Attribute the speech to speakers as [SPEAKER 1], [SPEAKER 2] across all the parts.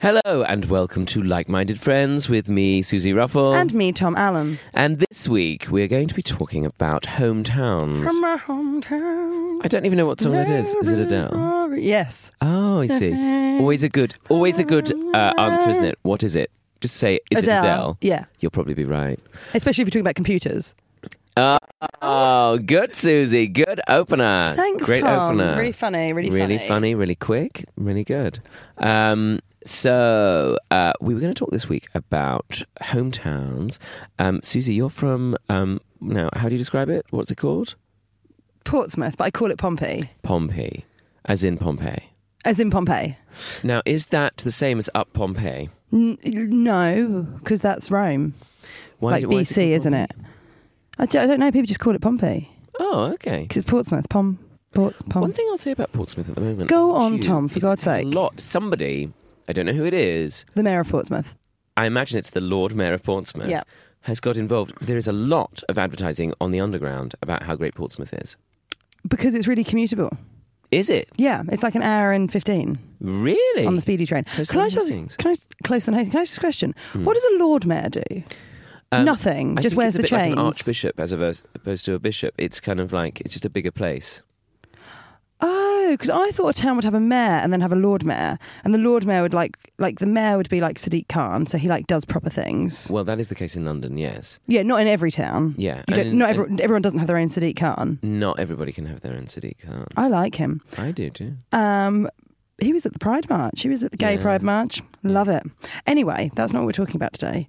[SPEAKER 1] Hello and welcome to Like Minded Friends with me, Susie Ruffle.
[SPEAKER 2] And me, Tom Allen.
[SPEAKER 1] And this week we're going to be talking about hometowns.
[SPEAKER 2] From my hometown.
[SPEAKER 1] I don't even know what song that is. Is it Adele?
[SPEAKER 2] Yes.
[SPEAKER 1] Oh, I see. Always a good, always a good uh, answer, isn't it? What is it? Just say, is it Adele?
[SPEAKER 2] Yeah.
[SPEAKER 1] You'll probably be right.
[SPEAKER 2] Especially if you're talking about computers.
[SPEAKER 1] Oh, good, Susie. Good opener.
[SPEAKER 2] Thanks,
[SPEAKER 1] Great
[SPEAKER 2] Tom.
[SPEAKER 1] opener.
[SPEAKER 2] Really funny, really
[SPEAKER 1] really
[SPEAKER 2] funny.
[SPEAKER 1] really quick, really good. Um, so uh, we were going to talk this week about hometowns. Um, Susie, you're from um, now. How do you describe it? What's it called?
[SPEAKER 2] Portsmouth, but I call it Pompey.
[SPEAKER 1] Pompeii, as in Pompeii.
[SPEAKER 2] As in Pompeii.
[SPEAKER 1] Now, is that the same as up Pompeii?
[SPEAKER 2] N- no, because that's Rome.
[SPEAKER 1] Why
[SPEAKER 2] like
[SPEAKER 1] did- why is
[SPEAKER 2] BC,
[SPEAKER 1] called
[SPEAKER 2] isn't it? I don't, I don't know. People just call it Pompeii
[SPEAKER 1] Pompeii? Oh, okay.
[SPEAKER 2] because it's Portsmouth. Pom, Ports, Pom.
[SPEAKER 1] One thing I'll say about Portsmouth at the moment.
[SPEAKER 2] Go
[SPEAKER 1] aren't
[SPEAKER 2] on,
[SPEAKER 1] you,
[SPEAKER 2] Tom, for
[SPEAKER 1] is
[SPEAKER 2] God's
[SPEAKER 1] there's a
[SPEAKER 2] sake.
[SPEAKER 1] lot. Somebody, I don't know who it is.
[SPEAKER 2] The mayor of Portsmouth.
[SPEAKER 1] I imagine it's the Lord Mayor of Portsmouth.
[SPEAKER 2] Yeah.
[SPEAKER 1] Has got involved. There is a lot of advertising on the underground about how great Portsmouth is.
[SPEAKER 2] Because it's really commutable.
[SPEAKER 1] Is it
[SPEAKER 2] Yeah, it's like an hour and 15
[SPEAKER 1] really?
[SPEAKER 2] on the speedy train.
[SPEAKER 1] Close
[SPEAKER 2] can,
[SPEAKER 1] than
[SPEAKER 2] I just,
[SPEAKER 1] Hastings.
[SPEAKER 2] can I close the Can I just question? What does a Lord Mayor do?
[SPEAKER 1] Hmm. Um,
[SPEAKER 2] Nothing.
[SPEAKER 1] I
[SPEAKER 2] just
[SPEAKER 1] think it's
[SPEAKER 2] wears
[SPEAKER 1] a
[SPEAKER 2] the
[SPEAKER 1] bit
[SPEAKER 2] chains.
[SPEAKER 1] Like an archbishop as opposed opposed to a bishop. It's kind of like it's just a bigger place.
[SPEAKER 2] Oh, because I thought a town would have a mayor and then have a lord mayor, and the lord mayor would like like the mayor would be like Sadiq Khan, so he like does proper things.
[SPEAKER 1] Well, that is the case in London. Yes,
[SPEAKER 2] Yeah, not in every town.
[SPEAKER 1] Yeah,
[SPEAKER 2] You don't-
[SPEAKER 1] and-
[SPEAKER 2] not
[SPEAKER 1] and-
[SPEAKER 2] everyone, everyone doesn't have their own Sadiq Khan.
[SPEAKER 1] not everybody can have their own city car.
[SPEAKER 2] I like him.
[SPEAKER 1] I do too.
[SPEAKER 2] Um, he was at the Pride March. He was at the Gay
[SPEAKER 1] Yeah.
[SPEAKER 2] Pride March. Love it. Anyway, that's not what we're talking about today.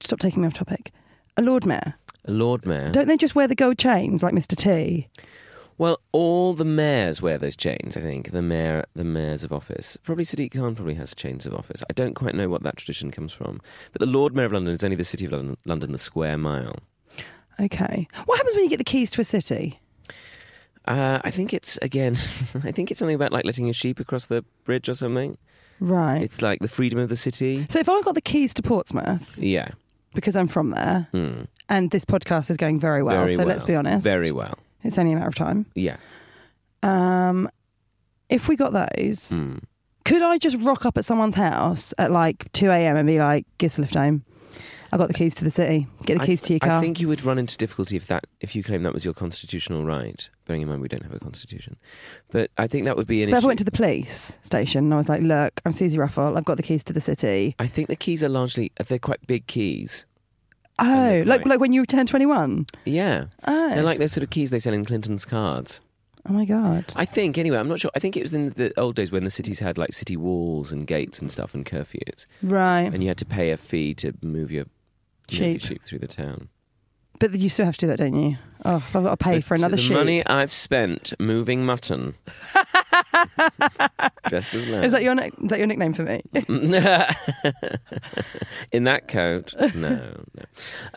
[SPEAKER 2] Stop taking me off topic. A lord mayor.
[SPEAKER 1] Lord Mayor.
[SPEAKER 2] Don't they just wear the gold chains like Mr. T?
[SPEAKER 1] Well, all the mayors wear those chains. I think the mayor, the mayors of office. Probably Sadiq Khan probably has chains of office. I don't quite know what that tradition comes from. But the Lord Mayor of London is only the city of London, London the square mile.
[SPEAKER 2] Okay. What happens when you get the keys to a city?
[SPEAKER 1] Uh, I think it's again. I think it's something about like letting a sheep across the bridge or something.
[SPEAKER 2] Right.
[SPEAKER 1] It's like the freedom of the city.
[SPEAKER 2] so if I got the keys to Portsmouth,
[SPEAKER 1] Yeah,
[SPEAKER 2] because I'm from there,
[SPEAKER 1] Hmm.
[SPEAKER 2] and this podcast is going very well.
[SPEAKER 1] very
[SPEAKER 2] so
[SPEAKER 1] well.
[SPEAKER 2] let's be honest,
[SPEAKER 1] Very well.
[SPEAKER 2] it's only a matter of time.
[SPEAKER 1] Yeah.
[SPEAKER 2] Um, if we got those,
[SPEAKER 1] Hmm.
[SPEAKER 2] could I just rock up at someone's house at like two a.m. and be like, "Give us a lift home. I got the keys to the city. Get the
[SPEAKER 1] I-
[SPEAKER 2] keys to your car."
[SPEAKER 1] I think you would run into difficulty if that if you claim that was your constitutional right. Bearing in mind we don't have a constitution, but I think that would be an
[SPEAKER 2] but if I
[SPEAKER 1] issue.
[SPEAKER 2] went to the police station and I was like, "Look, I'm Susie Ruffle. I've got the keys to the city."
[SPEAKER 1] I think the keys are largely they're quite big keys.
[SPEAKER 2] Oh,
[SPEAKER 1] look
[SPEAKER 2] like
[SPEAKER 1] right.
[SPEAKER 2] like when you turn twenty-one.
[SPEAKER 1] Yeah,
[SPEAKER 2] Oh,
[SPEAKER 1] they're like those sort of keys they sell in Clinton's cards.
[SPEAKER 2] oh my god.
[SPEAKER 1] I think anyway. I'm not sure. I think it was in the old days when the cities had like city walls and gates and stuff and curfews,
[SPEAKER 2] Right,
[SPEAKER 1] and you had to pay a fee to move your move your
[SPEAKER 2] sheep.
[SPEAKER 1] sheep through the town.
[SPEAKER 2] But you still have to do that, don't you? Oh, if I've got to pay
[SPEAKER 1] The-
[SPEAKER 2] for another
[SPEAKER 1] the
[SPEAKER 2] sheep.
[SPEAKER 1] money I've spent moving mutton. Just uh, as loud.
[SPEAKER 2] Is that your nick is that your nickname for me?
[SPEAKER 1] in that coat? No, no.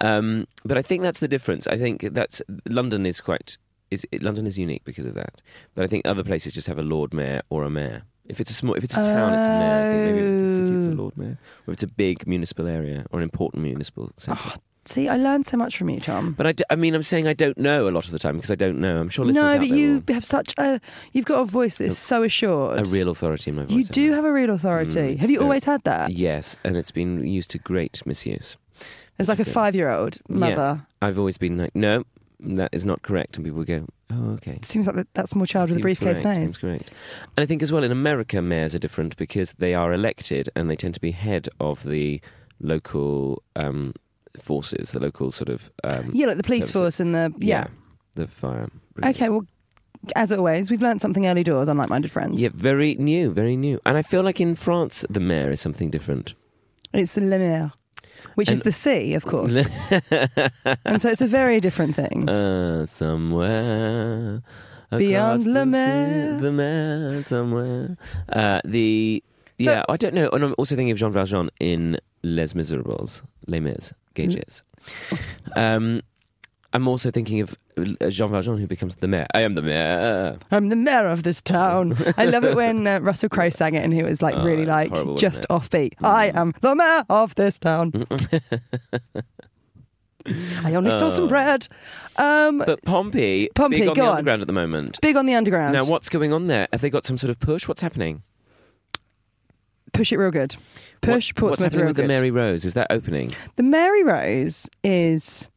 [SPEAKER 1] Um, but I think that's the difference. I think that's London is quite is London is unique because of that. But I think other places just have a Lord Mayor or a Mayor. If it's a small, if it's a town, it's a mayor. I think maybe if it's a city, it's a
[SPEAKER 2] Oh.
[SPEAKER 1] Lord Mayor. Or if it's a big municipal area or an important municipal centre.
[SPEAKER 2] Ah. See, I learned so much from you, Tom.
[SPEAKER 1] But I, d- I mean, I'm saying I don't know a lot of the time because I don't know. I'm sure listeners
[SPEAKER 2] No,
[SPEAKER 1] out
[SPEAKER 2] but
[SPEAKER 1] there
[SPEAKER 2] you
[SPEAKER 1] will-
[SPEAKER 2] have such a you've got a voice that is so assured.
[SPEAKER 1] a real authority in my voice.
[SPEAKER 2] you
[SPEAKER 1] haven't
[SPEAKER 2] do
[SPEAKER 1] I?
[SPEAKER 2] have a real
[SPEAKER 1] Mm,
[SPEAKER 2] authority.
[SPEAKER 1] it's
[SPEAKER 2] have you
[SPEAKER 1] very-
[SPEAKER 2] always had that?
[SPEAKER 1] Yes, and it's been used to great misuse.
[SPEAKER 2] As like a
[SPEAKER 1] yeah.
[SPEAKER 2] five-year-old mother,
[SPEAKER 1] I've always been like, no, that is not correct, and people go, oh, okay.
[SPEAKER 2] it seems like that- that's more child
[SPEAKER 1] That
[SPEAKER 2] with a
[SPEAKER 1] seems
[SPEAKER 2] briefcase
[SPEAKER 1] correct,
[SPEAKER 2] knows.
[SPEAKER 1] Seems correct. And I think as well in America, mayors are different because they are elected and they tend to be head of the local um, forces, the local sort of um,
[SPEAKER 2] Yeah, like the police
[SPEAKER 1] Services.
[SPEAKER 2] force and the yeah.
[SPEAKER 1] the fire. brigade.
[SPEAKER 2] Okay, well, as always, we've learned something early doors on like-minded friends.
[SPEAKER 1] Yeah, very new, very new. And I feel like in France, the mayor is something different.
[SPEAKER 2] It's Le Maire, which is
[SPEAKER 1] And-
[SPEAKER 2] the sea, of course, and so it's a very different thing.
[SPEAKER 1] Uh, somewhere
[SPEAKER 2] Beyond
[SPEAKER 1] across
[SPEAKER 2] the
[SPEAKER 1] sea,
[SPEAKER 2] mer.
[SPEAKER 1] the mer somewhere. Uh, the yeah, I don't know. And I'm also thinking of Jean Valjean in Les Miserables, Les Mis, Gages.
[SPEAKER 2] Mm-hmm.
[SPEAKER 1] Um, I'm also thinking of uh, Jean Valjean who becomes the mayor. I am the mayor.
[SPEAKER 2] I'm the mayor of this town. I love it when uh, Russell Crowe sang it and he was like
[SPEAKER 1] Oh,
[SPEAKER 2] really
[SPEAKER 1] it's
[SPEAKER 2] like
[SPEAKER 1] horrible, isn't it?
[SPEAKER 2] just
[SPEAKER 1] Mm.
[SPEAKER 2] offbeat. I am the mayor of this town. I only stole
[SPEAKER 1] Oh.
[SPEAKER 2] some bread. Um,
[SPEAKER 1] But Pompey,
[SPEAKER 2] Pompey,
[SPEAKER 1] big on
[SPEAKER 2] go
[SPEAKER 1] the
[SPEAKER 2] on.
[SPEAKER 1] underground at the moment.
[SPEAKER 2] big on the underground.
[SPEAKER 1] Now, what's going on there? Have they got some sort of push? What's happening?
[SPEAKER 2] Push it real good.
[SPEAKER 1] What-
[SPEAKER 2] Push Portsmouth
[SPEAKER 1] What's happening
[SPEAKER 2] real
[SPEAKER 1] with
[SPEAKER 2] good.
[SPEAKER 1] the Mary Rose? Is that opening?
[SPEAKER 2] The Mary Rose is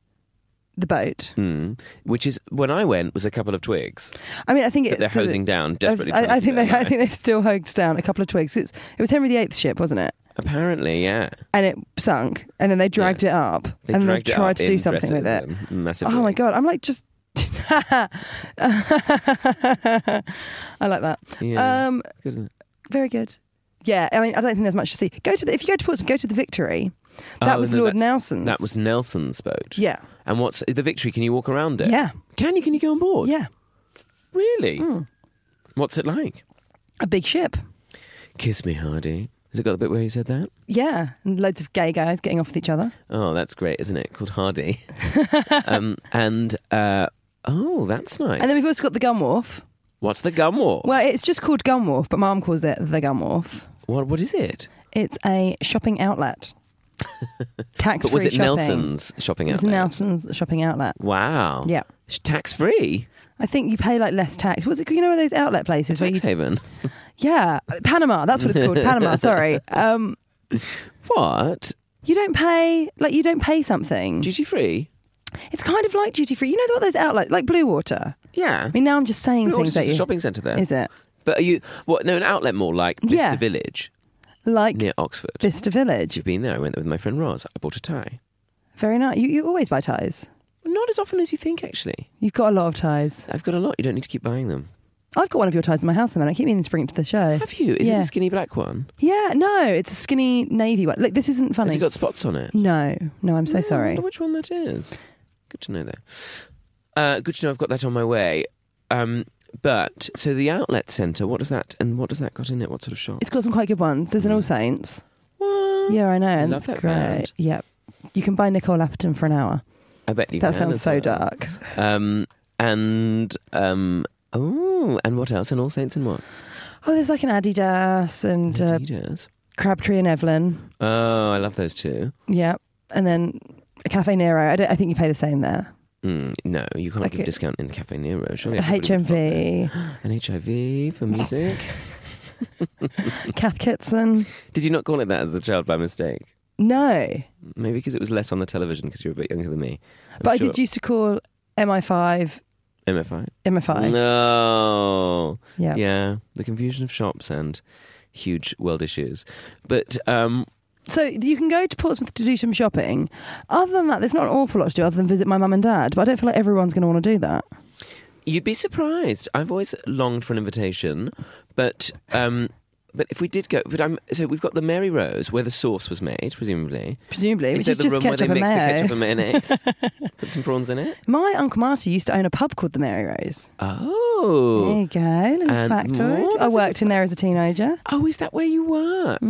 [SPEAKER 2] the boat.
[SPEAKER 1] Mm. Which is when I went was a couple of twigs
[SPEAKER 2] I mean, I think
[SPEAKER 1] that
[SPEAKER 2] it's
[SPEAKER 1] they're hosing down desperately.
[SPEAKER 2] I,
[SPEAKER 1] trying
[SPEAKER 2] I
[SPEAKER 1] to
[SPEAKER 2] think
[SPEAKER 1] get
[SPEAKER 2] they, I
[SPEAKER 1] there.
[SPEAKER 2] think they've still hosed down a couple of twigs. It's, it was Henry VIII's ship, wasn't it?
[SPEAKER 1] apparently, yeah.
[SPEAKER 2] And it sunk, and then they dragged it up,
[SPEAKER 1] They
[SPEAKER 2] and they've
[SPEAKER 1] dragged it
[SPEAKER 2] tried
[SPEAKER 1] up
[SPEAKER 2] to do
[SPEAKER 1] in
[SPEAKER 2] something with it.
[SPEAKER 1] dresses and Massively.
[SPEAKER 2] Oh my god! I'm like just. I like that.
[SPEAKER 1] Yeah.
[SPEAKER 2] Um,
[SPEAKER 1] Good, isn't it?
[SPEAKER 2] very good. Yeah, I mean, I don't think there's much to see. Go to the if you go to Portsmouth, go to the Victory. That
[SPEAKER 1] Oh,
[SPEAKER 2] was
[SPEAKER 1] no,
[SPEAKER 2] Lord
[SPEAKER 1] that's-
[SPEAKER 2] Nelson's.
[SPEAKER 1] That was Nelson's boat.
[SPEAKER 2] yeah,
[SPEAKER 1] And what's the victory? Can you walk around it?
[SPEAKER 2] yeah,
[SPEAKER 1] Can you? Can you go on board?
[SPEAKER 2] yeah. Mm.
[SPEAKER 1] Really? What's it like?
[SPEAKER 2] A big ship.
[SPEAKER 1] Kiss me, Hardy. Has it got the bit where he said that?
[SPEAKER 2] Yeah, and loads of gay guys getting off with each other.
[SPEAKER 1] Oh, that's great, isn't it? Called Hardy. um, and uh, oh, that's nice.
[SPEAKER 2] And then we've also got the Gun Wharf.
[SPEAKER 1] what's the gun war?
[SPEAKER 2] Well, it's just called Gun Wharf, but Mum calls it the Gun Wharf.
[SPEAKER 1] what? What is it?
[SPEAKER 2] It's a shopping outlet. Tax
[SPEAKER 1] But was
[SPEAKER 2] free
[SPEAKER 1] it
[SPEAKER 2] shopping.
[SPEAKER 1] Nelson's shopping
[SPEAKER 2] It was
[SPEAKER 1] outlet?
[SPEAKER 2] Nelson's shopping outlet.
[SPEAKER 1] Wow.
[SPEAKER 2] Yeah.
[SPEAKER 1] Tax free.
[SPEAKER 2] I think you pay like less tax. What's it? called? You know those outlet places where you
[SPEAKER 1] Tax haven.
[SPEAKER 2] Yeah, Panama. That's what it's called. Panama. Sorry. Um,
[SPEAKER 1] What?
[SPEAKER 2] you don't pay like you don't pay something.
[SPEAKER 1] Duty free?
[SPEAKER 2] It's kind of like duty free. You know what those outlets like Blue Water.
[SPEAKER 1] Yeah.
[SPEAKER 2] I mean, now I'm just saying
[SPEAKER 1] Well,
[SPEAKER 2] things
[SPEAKER 1] it's
[SPEAKER 2] that
[SPEAKER 1] just
[SPEAKER 2] you.
[SPEAKER 1] a shopping centre there.
[SPEAKER 2] Is it
[SPEAKER 1] But are you what? No, an outlet mall like Vista
[SPEAKER 2] Yeah.
[SPEAKER 1] Village
[SPEAKER 2] like
[SPEAKER 1] near Oxford.
[SPEAKER 2] Vista Village?
[SPEAKER 1] You've been there. I went there with my friend Roz. I bought a tie.
[SPEAKER 2] Very nice. You you always buy ties.
[SPEAKER 1] Not as often as you think, actually.
[SPEAKER 2] You've got a lot of ties.
[SPEAKER 1] I've got a lot. You don't need to keep buying them.
[SPEAKER 2] I've got one of your ties in my house, and I keep meaning to bring it to the show.
[SPEAKER 1] Have you? Is it
[SPEAKER 2] Yeah.
[SPEAKER 1] the skinny black one?
[SPEAKER 2] Yeah, no, it's a skinny navy one. Look, this isn't
[SPEAKER 1] Has
[SPEAKER 2] funny.
[SPEAKER 1] it got spots on it?
[SPEAKER 2] no, no, I'm so
[SPEAKER 1] Oh, I
[SPEAKER 2] sorry.
[SPEAKER 1] wonder which one that is. Good to know that. Uh, good to know I've got that on my way. Um, but so the outlet centre, what does that and what does that got in it? What sort of shop?
[SPEAKER 2] It's got some quite good ones. There's an All Saints.
[SPEAKER 1] What?
[SPEAKER 2] Yeah, I know. and
[SPEAKER 1] love that
[SPEAKER 2] That's great.
[SPEAKER 1] band.
[SPEAKER 2] Yep. You can buy Nicole Apperton for an hour.
[SPEAKER 1] I bet you
[SPEAKER 2] that
[SPEAKER 1] can
[SPEAKER 2] sounds
[SPEAKER 1] as
[SPEAKER 2] so
[SPEAKER 1] well.
[SPEAKER 2] dark.
[SPEAKER 1] Um, and um, oh, and what else? And All Saints and what?
[SPEAKER 2] Oh, there's like an Adidas and uh,
[SPEAKER 1] Adidas.
[SPEAKER 2] Crabtree and Evelyn.
[SPEAKER 1] Oh, I love those two.
[SPEAKER 2] Yeah. And then a Cafe Nero. I, don't- I think you pay the same there.
[SPEAKER 1] Mm, no, you can't
[SPEAKER 2] Like
[SPEAKER 1] give
[SPEAKER 2] a-
[SPEAKER 1] discount in Cafe Nero. Surely everybody would
[SPEAKER 2] HMV,
[SPEAKER 1] want that. An HIV for music.
[SPEAKER 2] Kath Kitson.
[SPEAKER 1] Did you not call it that as a child by mistake?
[SPEAKER 2] No.
[SPEAKER 1] Maybe because it was less on the television because you were a bit younger than me. I'm
[SPEAKER 2] but I
[SPEAKER 1] sure-
[SPEAKER 2] did used to call MI5
[SPEAKER 1] MFI.
[SPEAKER 2] MFI.
[SPEAKER 1] No.
[SPEAKER 2] Yeah.
[SPEAKER 1] Mm, Yeah. The confusion of shops and huge world issues. But um,
[SPEAKER 2] So you can go to Portsmouth to do some shopping. Other than that, there's not an awful lot to do other than visit my mum and dad. But I don't feel like everyone's going to want to do that.
[SPEAKER 1] you'd be surprised. I've always longed for an invitation, but um, but if we did go, but I'm so we've got the Mary Rose where the sauce was made, presumably.
[SPEAKER 2] Presumably.
[SPEAKER 1] Is
[SPEAKER 2] which
[SPEAKER 1] there
[SPEAKER 2] is
[SPEAKER 1] the
[SPEAKER 2] just
[SPEAKER 1] room where
[SPEAKER 2] ketchup
[SPEAKER 1] they mix
[SPEAKER 2] and mayo.
[SPEAKER 1] the ketchup and mayonnaise? Put some prawns in it.
[SPEAKER 2] My Uncle Marty used to own a pub called the Mary Rose. There
[SPEAKER 1] Oh.
[SPEAKER 2] you go, little
[SPEAKER 1] And-
[SPEAKER 2] factoid.
[SPEAKER 1] Oh,
[SPEAKER 2] I
[SPEAKER 1] this is
[SPEAKER 2] worked in there as a teenager.
[SPEAKER 1] Oh, is that where you worked?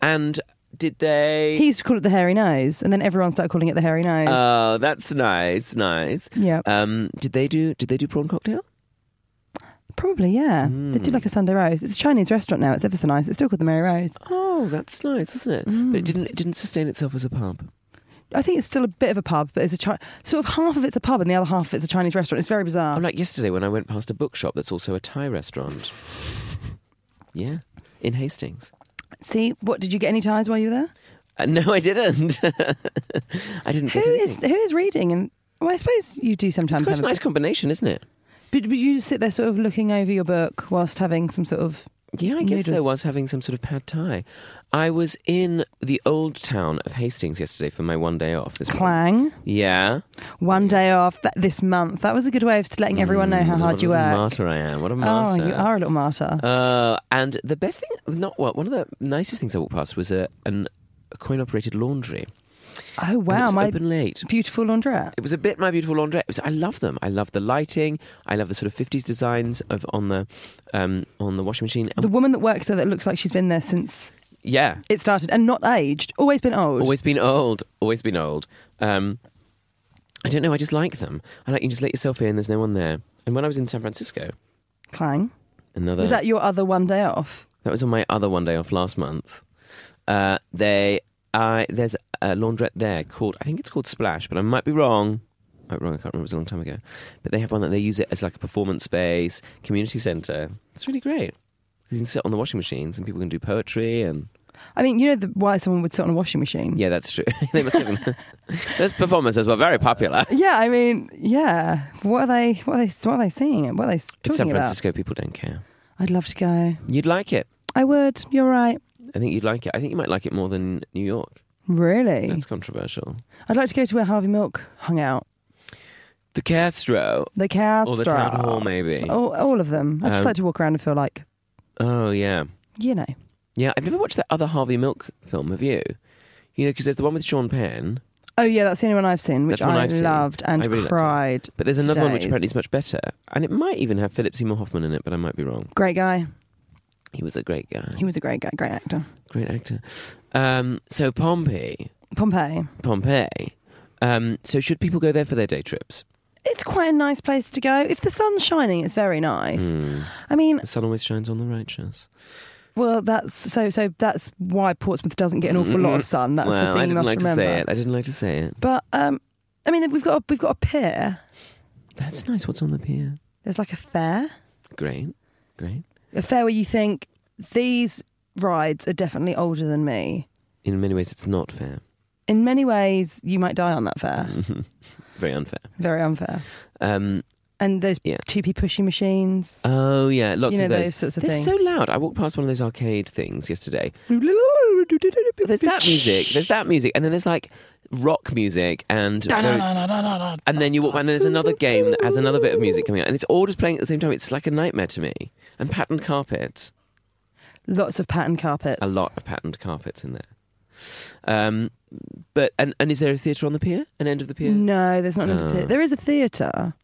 [SPEAKER 1] And did they?
[SPEAKER 2] Mm. He used to call it the hairy nose, and then everyone started calling it the hairy nose.
[SPEAKER 1] Oh, that's nice, nice.
[SPEAKER 2] yeah,
[SPEAKER 1] Um, did they do? Did they do prawn cocktail?
[SPEAKER 2] probably, yeah. They
[SPEAKER 1] hmm.
[SPEAKER 2] do like a Sunday Rose. It's a Chinese restaurant now. It's ever so nice. It's still called the Mary Rose.
[SPEAKER 1] Oh, that's nice, isn't it?
[SPEAKER 2] Mm.
[SPEAKER 1] But it didn't. It didn't sustain itself as a pub.
[SPEAKER 2] I think it's still a bit of a pub, but it's a chi- sort of half of it's a pub and the other half of it's a Chinese restaurant. It's very bizarre.
[SPEAKER 1] I'm Oh, like yesterday when I went past a bookshop that's also a Thai restaurant. Yeah, in Hastings.
[SPEAKER 2] See, what did you get any ties while you were there?
[SPEAKER 1] Uh, no, I didn't. I didn't.
[SPEAKER 2] Who
[SPEAKER 1] get
[SPEAKER 2] is
[SPEAKER 1] anything.
[SPEAKER 2] who is reading? And well, I suppose you do
[SPEAKER 1] It's
[SPEAKER 2] sometimes.
[SPEAKER 1] quite a
[SPEAKER 2] have
[SPEAKER 1] nice combination, isn't it?
[SPEAKER 2] but, but you sit there, sort of looking over your book whilst having some sort of
[SPEAKER 1] Yeah, I guess I
[SPEAKER 2] Noodles.
[SPEAKER 1] was having some sort of pad thai. I was in the old town of Hastings yesterday for my one day off. This month.
[SPEAKER 2] clang.
[SPEAKER 1] Yeah.
[SPEAKER 2] One day off th- this month. That was a good way of letting everyone know how
[SPEAKER 1] Mm,
[SPEAKER 2] hard you
[SPEAKER 1] What a little
[SPEAKER 2] work.
[SPEAKER 1] martyr I am. What a
[SPEAKER 2] Oh,
[SPEAKER 1] martyr.
[SPEAKER 2] you are a little martyr.
[SPEAKER 1] Uh, and the best thing, not well, one of the nicest things I walked past was a an a coin operated laundry.
[SPEAKER 2] Oh
[SPEAKER 1] And it
[SPEAKER 2] wow,
[SPEAKER 1] was
[SPEAKER 2] my
[SPEAKER 1] open late.
[SPEAKER 2] beautiful laundrette.
[SPEAKER 1] It was a bit my beautiful laundrette. It was, I love them. I love the lighting. I love the sort of fifties designs of on the um, on the washing machine. And
[SPEAKER 2] The woman that works there that looks like she's been there since
[SPEAKER 1] yeah,
[SPEAKER 2] it started and not aged, always been old.
[SPEAKER 1] always been old. Always been old. Um, I don't know. I just like them. I like you just let yourself in. There's no one there. And when I was in San Francisco,
[SPEAKER 2] Clang.
[SPEAKER 1] another
[SPEAKER 2] Was that your other one day off?
[SPEAKER 1] That was on my other one day off last month. Uh, they, I there's a laundrette there called I think it's called Splash, but I might be wrong. I might be wrong. I can't remember. It was a long time ago. But they have one that they use it as like a performance space, community center. It's really great. You can sit on the washing machines and people can do poetry and
[SPEAKER 2] I mean, you know the, why someone would sit on a washing machine.
[SPEAKER 1] yeah, that's true. they must have those performances were very popular.
[SPEAKER 2] Yeah, I mean, yeah. What are they? What are they? What are they seeing? What are they s-
[SPEAKER 1] In
[SPEAKER 2] talking
[SPEAKER 1] San
[SPEAKER 2] about?
[SPEAKER 1] Francisco, people don't care.
[SPEAKER 2] I'd love to go.
[SPEAKER 1] You'd like it.
[SPEAKER 2] I would. You're right.
[SPEAKER 1] I think you'd like it. I think you might like it more than New York.
[SPEAKER 2] Really?
[SPEAKER 1] That's controversial.
[SPEAKER 2] I'd like to go to where Harvey Milk hung out.
[SPEAKER 1] The Castro
[SPEAKER 2] The cast.
[SPEAKER 1] or the Town Hall, maybe.
[SPEAKER 2] All, all of them. I just
[SPEAKER 1] Um,
[SPEAKER 2] like to walk around and feel like,
[SPEAKER 1] Oh yeah,
[SPEAKER 2] you know.
[SPEAKER 1] yeah. I've never watched that other Harvey Milk film. Have you? You know, because there's the one with Sean Penn,
[SPEAKER 2] Oh yeah, that's the only one I've seen, which
[SPEAKER 1] That's the one
[SPEAKER 2] I
[SPEAKER 1] I've seen.
[SPEAKER 2] loved and
[SPEAKER 1] I really liked it.
[SPEAKER 2] cried.
[SPEAKER 1] but there's another one which
[SPEAKER 2] Days.
[SPEAKER 1] apparently is much better, and it might even have Philip Seymour Hoffman in it. But I might be wrong.
[SPEAKER 2] Great guy.
[SPEAKER 1] He was a great guy,
[SPEAKER 2] He was a great guy, great actor.
[SPEAKER 1] great actor. Um, so Pompeii,
[SPEAKER 2] Pompeii.
[SPEAKER 1] Pompeii. Um, so should people go there for their day trips?
[SPEAKER 2] It's quite a nice place to go. If the sun's shining, it's very nice.
[SPEAKER 1] Hmm.
[SPEAKER 2] I mean,
[SPEAKER 1] The sun always shines on the righteous.
[SPEAKER 2] well, that's so so. That's why Portsmouth doesn't get an awful lot of sun. That's
[SPEAKER 1] well,
[SPEAKER 2] the
[SPEAKER 1] I
[SPEAKER 2] thing you
[SPEAKER 1] didn't
[SPEAKER 2] must
[SPEAKER 1] like
[SPEAKER 2] remember.
[SPEAKER 1] to say it. I didn't like to say it.
[SPEAKER 2] But um, I mean, we've got a, we've got a pier.
[SPEAKER 1] That's nice. What's on the pier?
[SPEAKER 2] There's like a fair,
[SPEAKER 1] Great, great.
[SPEAKER 2] a fair where you think these rides are definitely older than me.
[SPEAKER 1] In many ways, it's not fair.
[SPEAKER 2] In many ways, you might die on that fair.
[SPEAKER 1] Very unfair.
[SPEAKER 2] Very unfair.
[SPEAKER 1] Um,
[SPEAKER 2] And those
[SPEAKER 1] Mm. Yeah.
[SPEAKER 2] two-p pushy machines.
[SPEAKER 1] oh yeah, lots
[SPEAKER 2] you know
[SPEAKER 1] of
[SPEAKER 2] those,
[SPEAKER 1] those.
[SPEAKER 2] sorts of
[SPEAKER 1] They're
[SPEAKER 2] things.
[SPEAKER 1] so loud. I walked past one of those arcade things yesterday. There's
[SPEAKER 2] There's
[SPEAKER 1] that music. There's that music, and then there's like rock music, and and then you walk, and then there's another game that has another bit of music coming out, and it's all just playing at the same time. It's like a nightmare to me. And patterned carpets,
[SPEAKER 2] Lots of patterned carpets.
[SPEAKER 1] a lot of patterned carpets in there. Um, but and and is there a theatre on the pier? An end of the pier?
[SPEAKER 2] No, there's not another
[SPEAKER 1] Oh.
[SPEAKER 2] theatre. There is a theatre,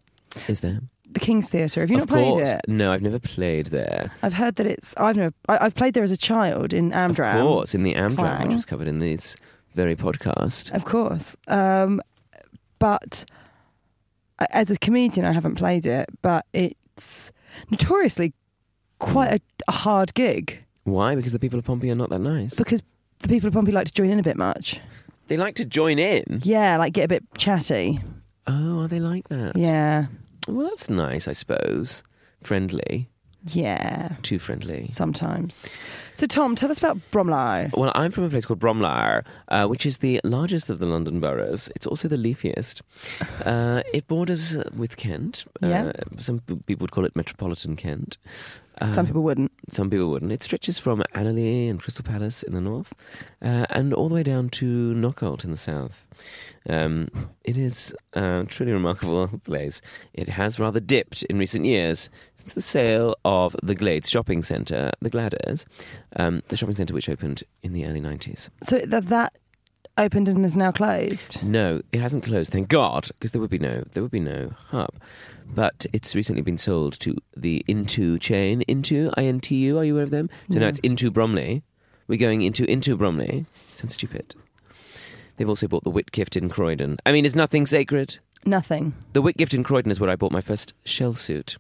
[SPEAKER 1] Is there?
[SPEAKER 2] the King's Theatre. Have you
[SPEAKER 1] of
[SPEAKER 2] not played
[SPEAKER 1] course.
[SPEAKER 2] it?
[SPEAKER 1] No, I've never played there.
[SPEAKER 2] I've heard that it's. I've never. I, I've played there as a child in Amdram.
[SPEAKER 1] Of course, in the Amdram,
[SPEAKER 2] Clang.
[SPEAKER 1] which was covered in this very podcast.
[SPEAKER 2] Of course. Um, but I- as a comedian, I haven't played it, but it's notoriously quite a, a hard gig
[SPEAKER 1] Why? Because the people of Pompeii are not that nice.
[SPEAKER 2] because the people of Pompey like to join in a bit much.
[SPEAKER 1] They like to join in.
[SPEAKER 2] Yeah, like get a bit chatty.
[SPEAKER 1] Oh, are they like that?
[SPEAKER 2] Yeah,
[SPEAKER 1] Well, that's nice, I suppose. Friendly.
[SPEAKER 2] yeah.
[SPEAKER 1] Too friendly.
[SPEAKER 2] Sometimes. So, Tom, tell us about Bromley.
[SPEAKER 1] Well, I'm from a place called Bromleyar, uh, which is the largest of the London boroughs. It's also the leafiest. Uh, it borders uh, with Kent. Uh,
[SPEAKER 2] Yeah.
[SPEAKER 1] Some p- people would call it metropolitan Kent. Uh,
[SPEAKER 2] Some people wouldn't.
[SPEAKER 1] some people wouldn't. It stretches from Annerley and Crystal Palace in the north, uh, and all the way down to Knockout in the south. Um, it is a truly remarkable place. It has rather dipped in recent years since the sale of the Glades Shopping Centre, the Gladers, um, the shopping centre which opened in the early nineties.
[SPEAKER 2] So that that opened and is now closed.
[SPEAKER 1] No, it hasn't closed, thank God, because there would be no there would be no hub. But it's recently been sold to the Into chain. Into I N T U. Are you aware of them? So now
[SPEAKER 2] No.
[SPEAKER 1] it's Into Bromley. We're going into Into Bromley. Sounds stupid. They've also bought the Whitgift in Croydon. I mean, is nothing sacred?
[SPEAKER 2] Nothing.
[SPEAKER 1] The Whitgift in Croydon is where I bought my first shell suit.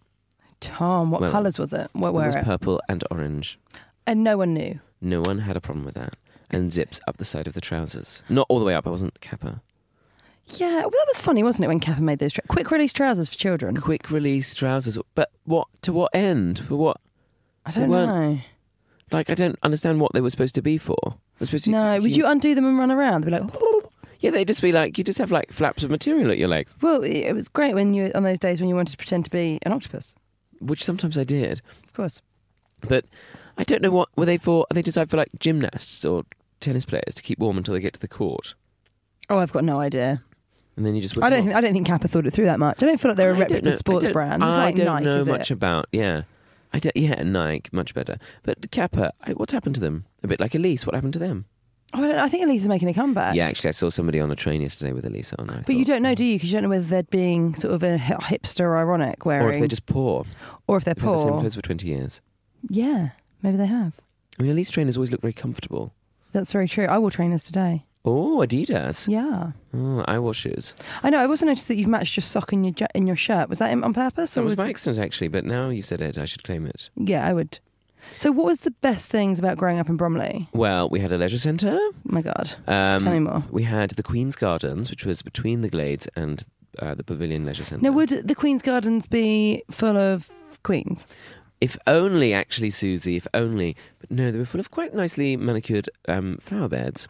[SPEAKER 2] Tom, what
[SPEAKER 1] Well,
[SPEAKER 2] colours was it? What were
[SPEAKER 1] it was
[SPEAKER 2] it?
[SPEAKER 1] purple and orange.
[SPEAKER 2] And no one knew.
[SPEAKER 1] No one had a problem with that. And zips up the side of the trousers. Not all the way up. I wasn't Kappa.
[SPEAKER 2] Yeah, well, that was funny, wasn't it? When Kevin made those tra- quick release trousers for children.
[SPEAKER 1] Quick release trousers. But what? To what end? For what?
[SPEAKER 2] I
[SPEAKER 1] they
[SPEAKER 2] don't
[SPEAKER 1] weren't
[SPEAKER 2] know.
[SPEAKER 1] Like I don't understand what they were supposed to be for. They're supposed to-
[SPEAKER 2] No, would you undo them and run around? They'd be like,
[SPEAKER 1] Yeah, they'd just be like you just have like flaps of material at your legs,
[SPEAKER 2] well, it was great when you on those days when you wanted to pretend to be an octopus.
[SPEAKER 1] which sometimes I did.
[SPEAKER 2] Of course.
[SPEAKER 1] But I don't know what were they for. Are they designed for like gymnasts or tennis players to keep warm until they get to the court,
[SPEAKER 2] Oh, I've got no idea.
[SPEAKER 1] and then you just whip
[SPEAKER 2] I don't.
[SPEAKER 1] them
[SPEAKER 2] Think, I don't think Kappa thought it through that much. I don't feel like they're a
[SPEAKER 1] off. I don't know-
[SPEAKER 2] reputable
[SPEAKER 1] I
[SPEAKER 2] sports
[SPEAKER 1] don't-
[SPEAKER 2] brand. It's
[SPEAKER 1] I
[SPEAKER 2] like
[SPEAKER 1] don't
[SPEAKER 2] Nike,
[SPEAKER 1] know
[SPEAKER 2] is
[SPEAKER 1] much
[SPEAKER 2] it?
[SPEAKER 1] about. Yeah, I don't, yeah Nike much better. But Kappa, I, what's happened to them? A bit like Elise, what happened to them?
[SPEAKER 2] Oh, I, don't, I think Elisa's making a comeback.
[SPEAKER 1] yeah, actually, I saw somebody on a train yesterday with Elisa on. I
[SPEAKER 2] Uh, But you
[SPEAKER 1] thought.
[SPEAKER 2] don't know, do you? Because you don't know whether they're being sort of a hi- hipster or ironic wearing.
[SPEAKER 1] Or if they're just poor.
[SPEAKER 2] or if they're
[SPEAKER 1] They've had the same
[SPEAKER 2] poor.
[SPEAKER 1] clothes for 20 years.
[SPEAKER 2] Yeah, maybe they have.
[SPEAKER 1] I mean, Elise trainers always look very comfortable.
[SPEAKER 2] That's very true. I wore trainers today.
[SPEAKER 1] Oh, Adidas.
[SPEAKER 2] Yeah.
[SPEAKER 1] Oh, I wore shoes.
[SPEAKER 2] I know. I also noticed that you've matched your sock in your ju- in your shirt. Was that on purpose?
[SPEAKER 1] That
[SPEAKER 2] Or
[SPEAKER 1] was
[SPEAKER 2] was
[SPEAKER 1] by accident, actually, but now you said it, I should claim it.
[SPEAKER 2] Yeah, I would. So, what was the best things about growing up in Bromley?
[SPEAKER 1] Well, we had a leisure centre.
[SPEAKER 2] My God,
[SPEAKER 1] Um,
[SPEAKER 2] tell me more.
[SPEAKER 1] We had the Queen's Gardens, which was between the Glades and uh, the Pavilion Leisure Centre.
[SPEAKER 2] Now, would the Queen's Gardens be full of queens?
[SPEAKER 1] If only, actually, Susie, if only. But no, they were full of quite nicely manicured um, flower beds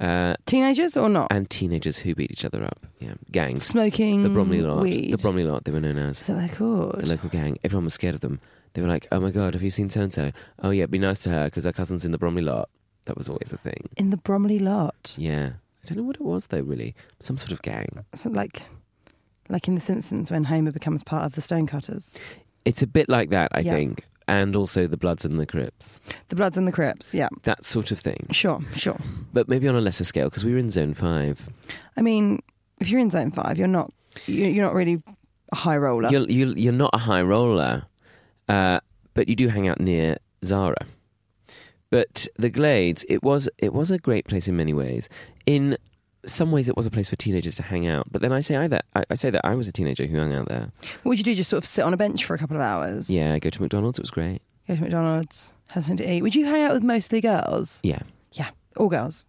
[SPEAKER 1] uh,
[SPEAKER 2] Teenagers or not?
[SPEAKER 1] and teenagers who beat each other up. Yeah, gangs.
[SPEAKER 2] Smoking
[SPEAKER 1] The Bromley lot.
[SPEAKER 2] weed.
[SPEAKER 1] The Bromley lot, they were known as.
[SPEAKER 2] Is that what they're
[SPEAKER 1] the
[SPEAKER 2] called?
[SPEAKER 1] local gang. Everyone was scared of them. They were like, "Oh my god, have you seen so and so? Oh yeah, be nice to her because our cousin's in the Bromley lot." That was always a thing.
[SPEAKER 2] In the Bromley lot.
[SPEAKER 1] Yeah, I don't know what it was though. Really, some sort of gang.
[SPEAKER 2] So like, like in The Simpsons when Homer becomes part of the Stonecutters.
[SPEAKER 1] It's a bit like that, I
[SPEAKER 2] Yeah.
[SPEAKER 1] think, and also the Bloods and the Crips,
[SPEAKER 2] The Bloods and the Crips, yeah.
[SPEAKER 1] that sort of thing.
[SPEAKER 2] Sure, sure.
[SPEAKER 1] But maybe on a lesser scale because we were in Zone Five.
[SPEAKER 2] I mean, if you're in Zone 5, you're not, you- you're not really a high roller.
[SPEAKER 1] You're you're, you're not a high roller, uh, but you do hang out near Zara. But the Glades, it was it was a great place in many ways. In some ways, it was a place for teenagers to hang out. But then I say either I, I say that I was a teenager who hung out there.
[SPEAKER 2] What would you do? Just sort of sit on a bench for a couple of hours?
[SPEAKER 1] Yeah, I go to McDonald's. It was great.
[SPEAKER 2] Go to McDonald's, have something to eat. Would you hang out with mostly girls?
[SPEAKER 1] Yeah,
[SPEAKER 2] Yeah, all girls.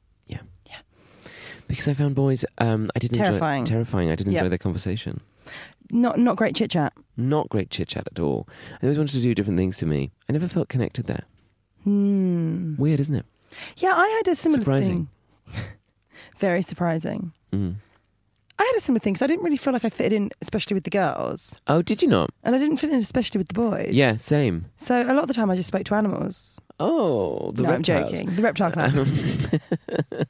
[SPEAKER 1] because I found boys. Um, I didn't
[SPEAKER 2] Terrifying.
[SPEAKER 1] Enjoy, terrifying. I didn't
[SPEAKER 2] Yep.
[SPEAKER 1] enjoy their conversation.
[SPEAKER 2] Not not great chit chat.
[SPEAKER 1] Not great chit chat at all. They always wanted to do different things to me. I never felt connected there.
[SPEAKER 2] Hmm.
[SPEAKER 1] Weird, isn't it?
[SPEAKER 2] Yeah, I had a similar
[SPEAKER 1] Surprising.
[SPEAKER 2] thing. Very surprising.
[SPEAKER 1] Mm.
[SPEAKER 2] I had a similar thing because I didn't really feel like I fitted in, especially with the girls,
[SPEAKER 1] Oh, did you not?
[SPEAKER 2] and I didn't fit in especially with the boys.
[SPEAKER 1] Yeah, same.
[SPEAKER 2] So a lot of the time I just spoke to animals.
[SPEAKER 1] Oh, the
[SPEAKER 2] no, I'm
[SPEAKER 1] reptiles.
[SPEAKER 2] joking. The reptile club.
[SPEAKER 1] Um,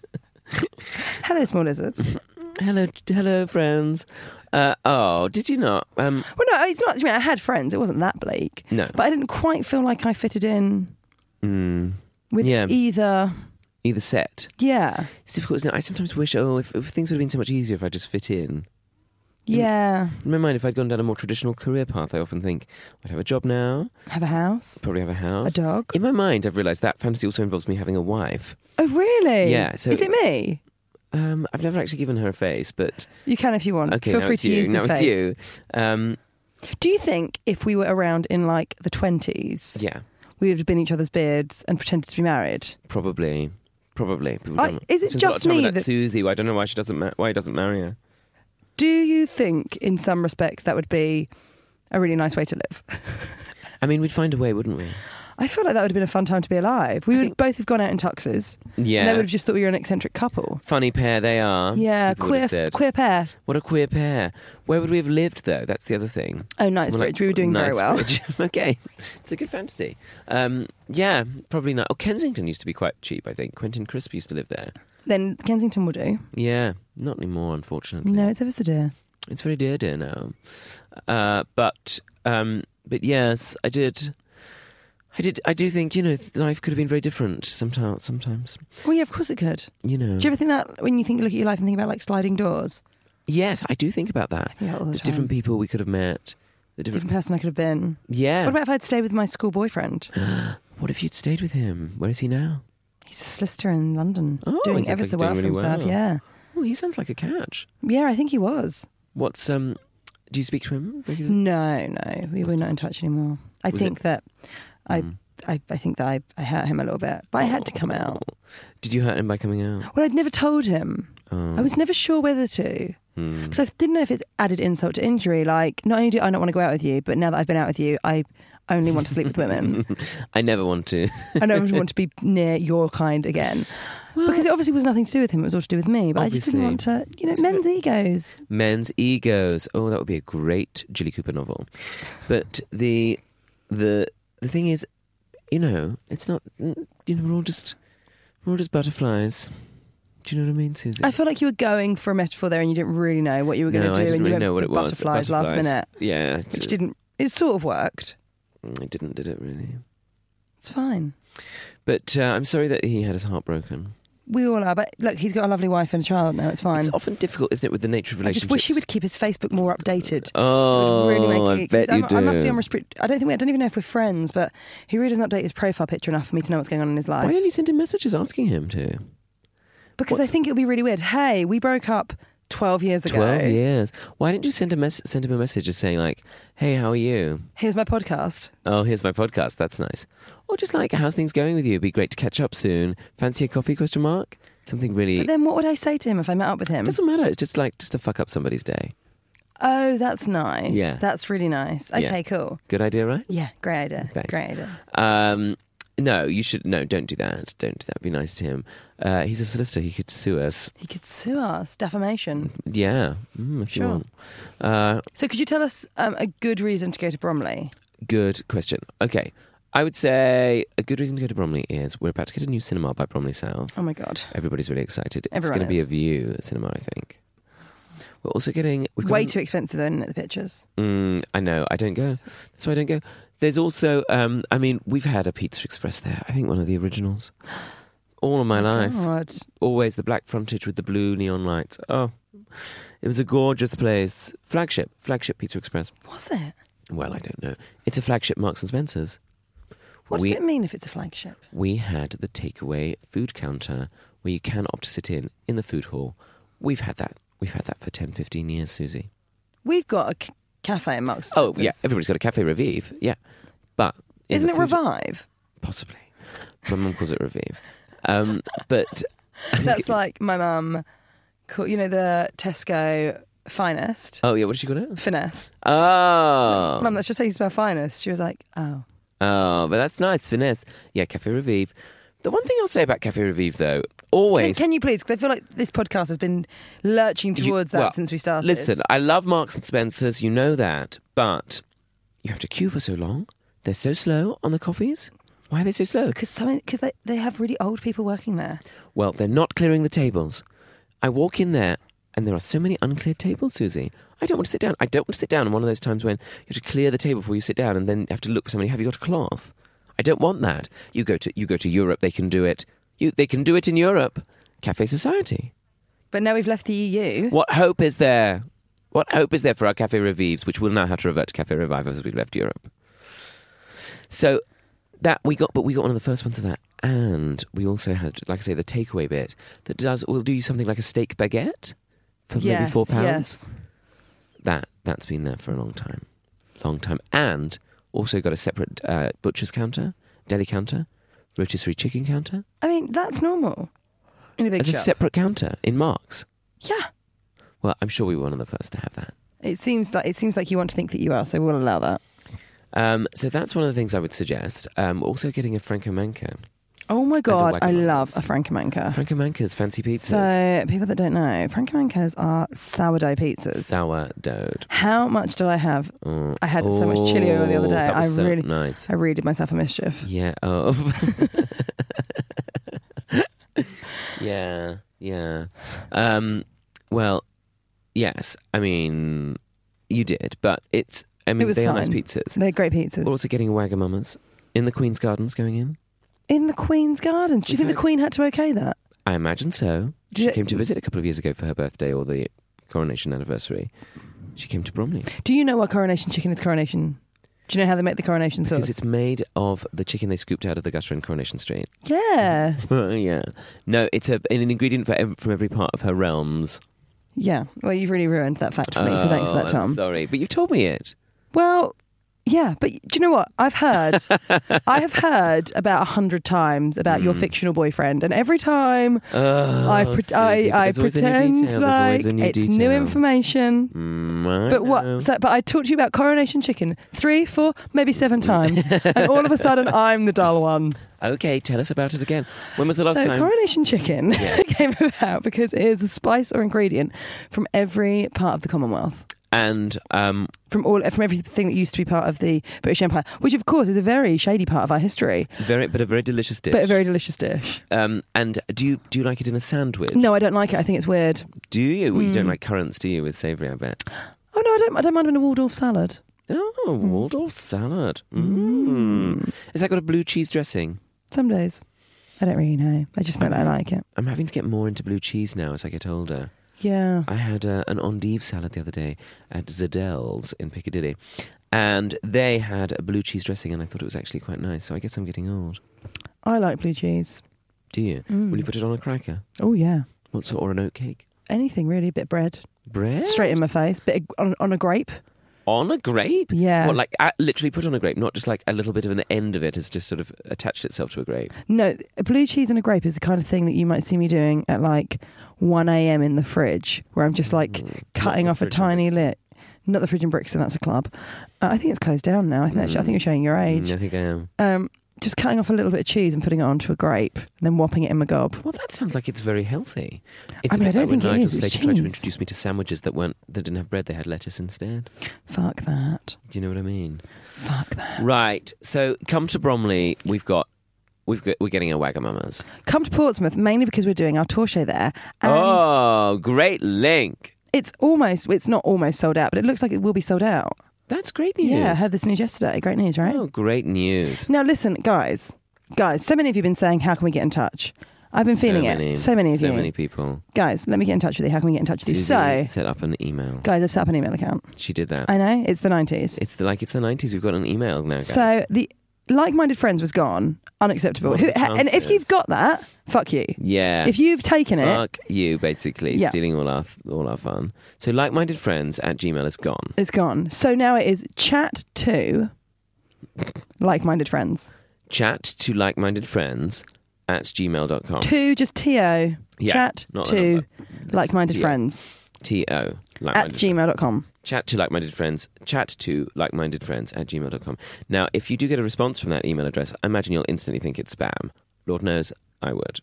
[SPEAKER 2] Hello, small lizards. well,
[SPEAKER 1] hello, hello, friends. Uh, oh, did you not? Um,
[SPEAKER 2] no, it's not. I mean, I had friends. It wasn't that bleak,
[SPEAKER 1] no.
[SPEAKER 2] but I didn't quite feel like I fitted in
[SPEAKER 1] Mm,
[SPEAKER 2] with
[SPEAKER 1] Yeah.
[SPEAKER 2] either.
[SPEAKER 1] either set.
[SPEAKER 2] Yeah.
[SPEAKER 1] It's difficult. Isn't it? I sometimes wish, oh, if, if things would have been so much easier if I just fit in.
[SPEAKER 2] Yeah.
[SPEAKER 1] In my mind, if I'd gone down a more traditional career path, I often think I'd have a job now,
[SPEAKER 2] Have a house,
[SPEAKER 1] probably have a
[SPEAKER 2] a
[SPEAKER 1] house.
[SPEAKER 2] dog.
[SPEAKER 1] In my mind, I've realised that fantasy also involves me having a wife.
[SPEAKER 2] Oh, really?
[SPEAKER 1] Yeah, so
[SPEAKER 2] Is it
[SPEAKER 1] it's-
[SPEAKER 2] me?
[SPEAKER 1] Um, I've never actually given her a face, but
[SPEAKER 2] You can if you want.
[SPEAKER 1] okay,
[SPEAKER 2] Feel
[SPEAKER 1] now
[SPEAKER 2] free
[SPEAKER 1] it's
[SPEAKER 2] to
[SPEAKER 1] you.
[SPEAKER 2] use
[SPEAKER 1] now
[SPEAKER 2] this
[SPEAKER 1] it's
[SPEAKER 2] face.
[SPEAKER 1] you. Um,
[SPEAKER 2] Do you think if we were around in like the twenties,
[SPEAKER 1] yeah,
[SPEAKER 2] we would have been each other's beards and pretended to be married?
[SPEAKER 1] probably, probably. People
[SPEAKER 2] I-
[SPEAKER 1] don't-
[SPEAKER 2] is it
[SPEAKER 1] spends Mm, a lot of
[SPEAKER 2] just
[SPEAKER 1] time with
[SPEAKER 2] me
[SPEAKER 1] that,
[SPEAKER 2] that-
[SPEAKER 1] Susie? I don't know why she doesn't ma- why he doesn't marry her.
[SPEAKER 2] Do you think, in some respects, that would be a really nice way to live?
[SPEAKER 1] I mean, we'd find a way, wouldn't we?
[SPEAKER 2] I feel like that would have been a fun time to be alive. We
[SPEAKER 1] I
[SPEAKER 2] would
[SPEAKER 1] think-
[SPEAKER 2] both have gone out in tuxes, and they
[SPEAKER 1] Yeah.
[SPEAKER 2] would have just thought we were an eccentric couple.
[SPEAKER 1] Funny pair they are.
[SPEAKER 2] yeah,
[SPEAKER 1] people would have
[SPEAKER 2] queer,
[SPEAKER 1] said.
[SPEAKER 2] queer pair.
[SPEAKER 1] What a queer pair. Where would we have lived, though? That's the other thing.
[SPEAKER 2] Oh,
[SPEAKER 1] Someone
[SPEAKER 2] Knightsbridge,
[SPEAKER 1] like-
[SPEAKER 2] we were doing very well.
[SPEAKER 1] Knightsbridge. okay. It's a good fantasy. Um, yeah, probably not. Oh, Kensington used to be quite cheap, I think. Quentin Crisp used to live there.
[SPEAKER 2] Then Kensington will do.
[SPEAKER 1] Yeah, not anymore, unfortunately.
[SPEAKER 2] No, it's ever so dear.
[SPEAKER 1] It's very dear, dear now. Uh, but, um, but yes, I did. I did. I do think you know life could have been very different sometimes. Sometimes
[SPEAKER 2] Well, yeah, of course it could.
[SPEAKER 1] you know.
[SPEAKER 2] Do you ever think that when you think look at your life and think about like sliding doors?
[SPEAKER 1] yes, I do think about
[SPEAKER 2] I
[SPEAKER 1] that.
[SPEAKER 2] think about all the,
[SPEAKER 1] The different
[SPEAKER 2] time.
[SPEAKER 1] people we could have met. The different.
[SPEAKER 2] different person I could have been.
[SPEAKER 1] Yeah.
[SPEAKER 2] What about if I'd stayed with my school boyfriend?
[SPEAKER 1] What if you'd stayed with him? Where is he now?
[SPEAKER 2] He's a solicitor in London,
[SPEAKER 1] Oh, he
[SPEAKER 2] doing
[SPEAKER 1] sounds
[SPEAKER 2] ever
[SPEAKER 1] like
[SPEAKER 2] so
[SPEAKER 1] he's
[SPEAKER 2] well
[SPEAKER 1] doing
[SPEAKER 2] for
[SPEAKER 1] really
[SPEAKER 2] himself.
[SPEAKER 1] well.
[SPEAKER 2] Yeah,
[SPEAKER 1] Oh, he sounds like a catch.
[SPEAKER 2] yeah, I think he was.
[SPEAKER 1] What's um? Do you speak to him regularly?
[SPEAKER 2] No, no, we were not in touch anymore. I
[SPEAKER 1] Was
[SPEAKER 2] think that I,
[SPEAKER 1] Mm.
[SPEAKER 2] I, I think that I, I hurt him a little bit, but I had to come
[SPEAKER 1] Oh.
[SPEAKER 2] out.
[SPEAKER 1] Did you hurt him by coming out?
[SPEAKER 2] Well, I'd never told him.
[SPEAKER 1] Oh.
[SPEAKER 2] I was never sure whether to
[SPEAKER 1] Hmm.
[SPEAKER 2] because I didn't know if it's added insult to injury. Like, not only do I not want to go out with you, but now that I've been out with you, I only want to sleep with women.
[SPEAKER 1] I never want to.
[SPEAKER 2] I don't want to be near your kind again.
[SPEAKER 1] Well-
[SPEAKER 2] because it obviously was nothing to do with him. It was all to do with me. But I just
[SPEAKER 1] Obviously.
[SPEAKER 2] didn't want to, you know,
[SPEAKER 1] It's a
[SPEAKER 2] men's egos.
[SPEAKER 1] Men's egos. Oh, that would be a great Julie Cooper novel. But the the the thing is, you know, it's not. You know, we're all just we're all just butterflies. Do you know what I mean, Susie?
[SPEAKER 2] I feel like you were going for a metaphor there, and you didn't really know what you were going
[SPEAKER 1] No,
[SPEAKER 2] to
[SPEAKER 1] I
[SPEAKER 2] do,
[SPEAKER 1] didn't
[SPEAKER 2] and you
[SPEAKER 1] really
[SPEAKER 2] went
[SPEAKER 1] know what
[SPEAKER 2] for
[SPEAKER 1] it was.
[SPEAKER 2] butterflies, last
[SPEAKER 1] Butterflies.
[SPEAKER 2] minute,
[SPEAKER 1] yeah, it,
[SPEAKER 2] which didn't. It sort of worked.
[SPEAKER 1] it didn't, did it really?
[SPEAKER 2] It's fine.
[SPEAKER 1] But uh, I'm sorry that he had his heart broken.
[SPEAKER 2] We all are, but look, he's got a lovely wife and a child now. It's fine.
[SPEAKER 1] It's often difficult, isn't it, with the nature of
[SPEAKER 2] I
[SPEAKER 1] relationships?
[SPEAKER 2] just wish he would keep his Facebook more updated.
[SPEAKER 1] Oh,
[SPEAKER 2] Would really
[SPEAKER 1] I
[SPEAKER 2] make it- 'cause
[SPEAKER 1] bet you
[SPEAKER 2] I'm-
[SPEAKER 1] do.
[SPEAKER 2] I must be on restrict. I don't think we, I don't even know if we're friends, but he really doesn't update his profile picture enough for me to know what's going on in his life.
[SPEAKER 1] Why don't you send him messages asking him to?
[SPEAKER 2] because I
[SPEAKER 1] what's-
[SPEAKER 2] think it would be really weird. Hey, we broke up twelve years ago.
[SPEAKER 1] Twelve years. Why didn't you send a mess- send him a message just saying like, "Hey, how are you?
[SPEAKER 2] Here's my podcast.
[SPEAKER 1] Oh, here's my podcast. That's nice." Or just like, "How's things going with you? It'd be great to catch up soon. Fancy a coffee?" Question mark. Something really
[SPEAKER 2] But then what would I say to him if I met up with him?
[SPEAKER 1] doesn't matter. It's just like just to fuck up somebody's day.
[SPEAKER 2] Oh, that's nice.
[SPEAKER 1] Yeah.
[SPEAKER 2] That's really nice.
[SPEAKER 1] Yeah.
[SPEAKER 2] Okay, cool.
[SPEAKER 1] Good idea, right?
[SPEAKER 2] Yeah, great idea.
[SPEAKER 1] Thanks.
[SPEAKER 2] Great idea.
[SPEAKER 1] Um, no, you should no. Don't do that. Don't do that. Be nice to him. Uh, he's a solicitor. He could sue us.
[SPEAKER 2] He could sue us, defamation.
[SPEAKER 1] Yeah, mm, if
[SPEAKER 2] Sure.
[SPEAKER 1] you want. Uh,
[SPEAKER 2] So could you tell us um, a good reason to go to Bromley?
[SPEAKER 1] Good question. Okay. I would say a good reason to go to Bromley is we're about to get a new cinema by Bromley South.
[SPEAKER 2] Oh my God.
[SPEAKER 1] Everybody's really excited. it's
[SPEAKER 2] Everyone
[SPEAKER 1] going to be a
[SPEAKER 2] is.
[SPEAKER 1] view cinema, I think. We're also getting. We've got
[SPEAKER 2] Way
[SPEAKER 1] an-
[SPEAKER 2] too expensive though, isn't it, the pictures?
[SPEAKER 1] Mm, I know. I don't go. That's why I don't go. There's also. Um, I mean, we've had a Pizza Express there. I think one of the originals. All of my life,
[SPEAKER 2] God.
[SPEAKER 1] always the black frontage with the blue neon lights. Oh, it was a gorgeous place. Flagship, flagship Pizza Express.
[SPEAKER 2] Was it?
[SPEAKER 1] Well, I don't know. It's a flagship Marks and Spencers.
[SPEAKER 2] What
[SPEAKER 1] We-
[SPEAKER 2] does it mean if it's a flagship?
[SPEAKER 1] we had the takeaway food counter where you can opt to sit in in the food hall. We've had that. We've had that for 10, 15 years, Susie.
[SPEAKER 2] We've got a c- cafe in Marks.
[SPEAKER 1] Oh, yeah. Everybody's got a Cafe Revive. Yeah. But. in
[SPEAKER 2] Isn't
[SPEAKER 1] the
[SPEAKER 2] it
[SPEAKER 1] food-
[SPEAKER 2] Revive?
[SPEAKER 1] Possibly. My mum calls it Revive. Um, but.
[SPEAKER 2] That's like my mum, call- you know, the Tesco finest.
[SPEAKER 1] Oh, yeah. What did she call it?
[SPEAKER 2] Finesse.
[SPEAKER 1] Oh.
[SPEAKER 2] Mum, that's just how you spell finest. She was like, oh.
[SPEAKER 1] Oh, but that's nice. Finesse. Yeah, Cafe Revive. The one thing I'll say about Cafe Revive, though, always.
[SPEAKER 2] Can, can you please? Because I feel like this podcast has been lurching
[SPEAKER 1] You-
[SPEAKER 2] towards that
[SPEAKER 1] well,
[SPEAKER 2] since we started.
[SPEAKER 1] Listen, I love Marks and Spencers, you know that, but you have to queue for so long. They're so slow on the coffees. Why are they so slow?
[SPEAKER 2] because they, they have really old people working there.
[SPEAKER 1] Well, they're not clearing the tables. I walk in there and there are so many uncleared tables, Susie. I don't want to sit down. I don't want to sit down in one of those times when you have to clear the table before you sit down and then have to look for somebody. Have you got a cloth? I don't want that. You go to you go to Europe, they can do it. You they can do it in Europe. Cafe Society.
[SPEAKER 2] But now we've left the E EU.
[SPEAKER 1] What hope is there? What hope is there for our Cafe Revives, which will now have to revert to Cafe Revive as we left Europe? So that we got, but we got one of the first ones of that, and we also had, like I say, the takeaway bit that does will do you something like a steak baguette for maybe
[SPEAKER 2] Yes,
[SPEAKER 1] four pounds.
[SPEAKER 2] yes.
[SPEAKER 1] That that's been there for a long time, long time, and also got a separate uh, butcher's counter, deli counter, rotisserie chicken counter
[SPEAKER 2] I mean, that's normal in a big
[SPEAKER 1] as a
[SPEAKER 2] shop.
[SPEAKER 1] separate counter in Marks.
[SPEAKER 2] yeah.
[SPEAKER 1] Well, I'm sure we were one of the first to have that.
[SPEAKER 2] It seems like it seems like you want to think that you are, so we'll allow that.
[SPEAKER 1] Um, so that's one of the things I would suggest. Um, also getting a Franco Manca.
[SPEAKER 2] Oh my god, I
[SPEAKER 1] Wagamama's.
[SPEAKER 2] love a Francomanca.
[SPEAKER 1] Franco Manca's fancy pizzas.
[SPEAKER 2] so people that don't know, Francomancas are sourdough pizzas.
[SPEAKER 1] Sourdough.
[SPEAKER 2] How much did I have?
[SPEAKER 1] Mm.
[SPEAKER 2] I had so much chili over the other
[SPEAKER 1] Oh,
[SPEAKER 2] day.
[SPEAKER 1] that was
[SPEAKER 2] I
[SPEAKER 1] so
[SPEAKER 2] really-
[SPEAKER 1] nice.
[SPEAKER 2] I really did myself a mischief.
[SPEAKER 1] Yeah. Oh. yeah. Yeah. Um, well, yes. I mean, you did, but it's. I mean,
[SPEAKER 2] was
[SPEAKER 1] they are nice
[SPEAKER 2] fine.
[SPEAKER 1] pizzas.
[SPEAKER 2] They're great pizzas.
[SPEAKER 1] We're also getting a Wagamama's in the Queen's Gardens going in.
[SPEAKER 2] in the Queen's garden. Do you think the Queen had to okay that?
[SPEAKER 1] I imagine so.
[SPEAKER 2] Do
[SPEAKER 1] She
[SPEAKER 2] you-
[SPEAKER 1] came to visit a couple of years ago for her birthday or the coronation anniversary. She came to Bromley
[SPEAKER 2] Do you know why coronation chicken is coronation? Do you know how they make the coronation sauce?
[SPEAKER 1] because it's made of the chicken they scooped out of the gutter in Coronation Street.
[SPEAKER 2] yeah,
[SPEAKER 1] yeah, no, it's a, an ingredient for ev- from every part of her realms.
[SPEAKER 2] yeah. Well, you've really ruined that fact for me. so thanks for that,
[SPEAKER 1] Oh,
[SPEAKER 2] Tom.
[SPEAKER 1] I'm sorry, but you've told me it.
[SPEAKER 2] well, yeah, but do you know what? I've heard, I have heard about a hundred times about
[SPEAKER 1] Mm.
[SPEAKER 2] your fictional boyfriend, and every time
[SPEAKER 1] Oh,
[SPEAKER 2] I, pre-
[SPEAKER 1] Susie, but
[SPEAKER 2] I, I
[SPEAKER 1] there's always a new detail,
[SPEAKER 2] pretend
[SPEAKER 1] there's
[SPEAKER 2] like
[SPEAKER 1] always a new
[SPEAKER 2] it's
[SPEAKER 1] detail.
[SPEAKER 2] new information.
[SPEAKER 1] Mm, I
[SPEAKER 2] But
[SPEAKER 1] know.
[SPEAKER 2] what? So, but I talked to you about coronation chicken three, four, maybe seven times, and all of a sudden I'm the dull one.
[SPEAKER 1] Okay, tell us about it again. When was the last
[SPEAKER 2] so
[SPEAKER 1] time?
[SPEAKER 2] coronation chicken came about because it is a spice or ingredient from every part of the Commonwealth.
[SPEAKER 1] and um,
[SPEAKER 2] From all, from everything that used to be part of the British Empire, which of course is a very shady part of our history,
[SPEAKER 1] very, but a very delicious dish.
[SPEAKER 2] but a very delicious dish.
[SPEAKER 1] um, and do you do you like it in a sandwich?
[SPEAKER 2] No, I don't like it. I think it's weird.
[SPEAKER 1] Do you? Well, you don't like currants, do you? With savoury, I bet.
[SPEAKER 2] Oh no, I don't. I don't mind in a Waldorf salad.
[SPEAKER 1] Oh, Hmm.
[SPEAKER 2] Hmm.
[SPEAKER 1] Waldorf salad. Mm. Has that got a blue cheese dressing?
[SPEAKER 2] Some days, I don't really know. I just know that I like it.
[SPEAKER 1] I'm having to get more into blue cheese now as I get older.
[SPEAKER 2] Yeah.
[SPEAKER 1] I had uh, an endive salad the other day at Zadell's in Piccadilly, and they had a blue cheese dressing, and I thought it was actually quite nice. So I guess I'm getting old.
[SPEAKER 2] I like blue cheese.
[SPEAKER 1] Do you?
[SPEAKER 2] Mm.
[SPEAKER 1] Will you put it on a cracker?
[SPEAKER 2] Oh yeah.
[SPEAKER 1] What sort? Or an oat cake?
[SPEAKER 2] Anything really? A bit of bread
[SPEAKER 1] Bread
[SPEAKER 2] straight in my face. Bit of, on, on a grape.
[SPEAKER 1] on a grape?
[SPEAKER 2] Yeah.
[SPEAKER 1] What, like a- literally put on a grape, not just like a little bit of an end of it has just sort of attached itself to a grape.
[SPEAKER 2] No, a blue cheese and a grape is the kind of thing that you might see me doing at like 1 a.m. in the fridge, where I'm just like
[SPEAKER 1] Mm.
[SPEAKER 2] cutting
[SPEAKER 1] Not
[SPEAKER 2] off
[SPEAKER 1] the
[SPEAKER 2] a
[SPEAKER 1] fridge
[SPEAKER 2] tiny
[SPEAKER 1] obviously.
[SPEAKER 2] lit. Not the fridge in Brixton, that's a club. Uh, I think it's closed down now. I think, that's, I think you're showing your age.
[SPEAKER 1] Mm, I think I am.
[SPEAKER 2] Um, just cutting off a little bit of cheese and putting it onto a grape, and then whopping it in my gob.
[SPEAKER 1] Well, that sounds like it's very healthy. It's
[SPEAKER 2] I mean,
[SPEAKER 1] a
[SPEAKER 2] I
[SPEAKER 1] bit
[SPEAKER 2] don't
[SPEAKER 1] like when
[SPEAKER 2] think it
[SPEAKER 1] Nigel
[SPEAKER 2] is, it's
[SPEAKER 1] Slater tried to
[SPEAKER 2] cheese.
[SPEAKER 1] introduce me to sandwiches that weren't that didn't have bread; they had lettuce instead.
[SPEAKER 2] Fuck that.
[SPEAKER 1] Do you know what I mean?
[SPEAKER 2] Fuck that.
[SPEAKER 1] Right. So come to Bromley. We've got we've got, we're getting our Wagamamas.
[SPEAKER 2] Come to Portsmouth mainly because we're doing our tour show there, and
[SPEAKER 1] Oh, great link.
[SPEAKER 2] it's almost it's not almost sold out, but it looks like it will be sold out.
[SPEAKER 1] That's great news.
[SPEAKER 2] Yeah, I heard this news yesterday. Great news, right?
[SPEAKER 1] Oh, great news.
[SPEAKER 2] Now listen, guys, guys. So many of you have been saying, "How can we get in touch?" I've been feeling
[SPEAKER 1] so Many,
[SPEAKER 2] it. So many of
[SPEAKER 1] so
[SPEAKER 2] you,
[SPEAKER 1] many people.
[SPEAKER 2] guys. Let me get in touch with you. How can we get in touch with you?
[SPEAKER 1] Susie
[SPEAKER 2] So,
[SPEAKER 1] set up an email.
[SPEAKER 2] guys, I've set up an email account.
[SPEAKER 1] She did that.
[SPEAKER 2] I know it's the nineties.
[SPEAKER 1] It's the, like it's the nineties. We've got an email now, guys.
[SPEAKER 2] So the like-minded friends was gone. Unacceptable.
[SPEAKER 1] What are
[SPEAKER 2] Who-
[SPEAKER 1] the
[SPEAKER 2] and if
[SPEAKER 1] chances?
[SPEAKER 2] you've got that, fuck you.
[SPEAKER 1] yeah.
[SPEAKER 2] If you've taken it,
[SPEAKER 1] Fuck you, basically
[SPEAKER 2] Yeah.
[SPEAKER 1] stealing all our all our fun. So like-minded friends at Gmail is gone.
[SPEAKER 2] it's gone. So now it is chat to like-minded friends.
[SPEAKER 1] Chat to like-minded friends at gmail.com.
[SPEAKER 2] To just to
[SPEAKER 1] Oh. Yeah,
[SPEAKER 2] chat
[SPEAKER 1] not the
[SPEAKER 2] to
[SPEAKER 1] number.
[SPEAKER 2] like-minded
[SPEAKER 1] yeah.
[SPEAKER 2] friends
[SPEAKER 1] T O
[SPEAKER 2] at
[SPEAKER 1] like-minded
[SPEAKER 2] gmail.com.
[SPEAKER 1] chat to like-minded friends chat to like-minded friends at gmail.com now if you do get a response from that email address i imagine you'll instantly think it's spam lord knows i would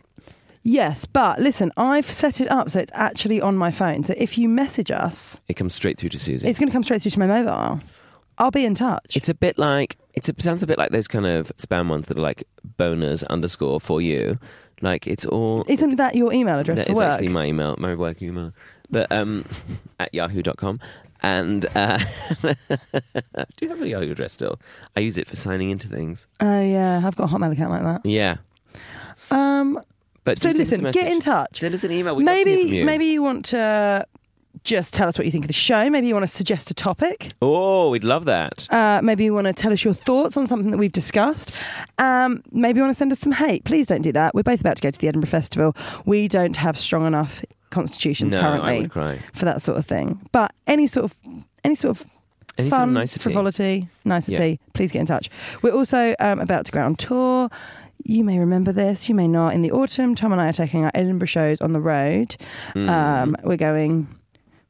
[SPEAKER 2] Yes, but listen, I've set it up so it's actually on my phone. So if you message us,
[SPEAKER 1] it comes straight through to susie
[SPEAKER 2] it's
[SPEAKER 1] it's,
[SPEAKER 2] going to come straight through to my mobile. I'll be in touch.
[SPEAKER 1] a bit like it's a, sounds a bit like those kind of spam ones that are like boners underscore for you like it's all
[SPEAKER 2] Isn't that your email address
[SPEAKER 1] That
[SPEAKER 2] for
[SPEAKER 1] is
[SPEAKER 2] work?
[SPEAKER 1] actually my email, my work email. But um, at yahoo.com. And uh, do you have a Yahoo address still? I use it for signing into things.
[SPEAKER 2] Oh yeah, I've got a Hotmail account like that.
[SPEAKER 1] Yeah.
[SPEAKER 2] Um,
[SPEAKER 1] But do
[SPEAKER 2] so
[SPEAKER 1] send us a
[SPEAKER 2] listen, get
[SPEAKER 1] message.
[SPEAKER 2] in touch.
[SPEAKER 1] Send us an email. We'd love to hear from
[SPEAKER 2] Maybe
[SPEAKER 1] you.
[SPEAKER 2] maybe you want to just tell us what you think of the show. Maybe you want to suggest a topic.
[SPEAKER 1] Oh, we'd love that.
[SPEAKER 2] Uh, maybe you want to tell us your thoughts on something that we've discussed. Um, maybe you want to send us some hate. Please don't do that. We're both about to go to the Edinburgh Festival. We don't have strong enough constitutions
[SPEAKER 1] no, I
[SPEAKER 2] currently
[SPEAKER 1] would cry.
[SPEAKER 2] for that sort of thing. But any sort of any sort of
[SPEAKER 1] Any sort
[SPEAKER 2] fun,
[SPEAKER 1] of nicety.
[SPEAKER 2] frivolity, nicety, please get in touch. We're also um, about to go out on tour. You may remember this, you may not. In the autumn, Tom and I are taking our Edinburgh shows on the road.
[SPEAKER 1] Mm.
[SPEAKER 2] Um, we're going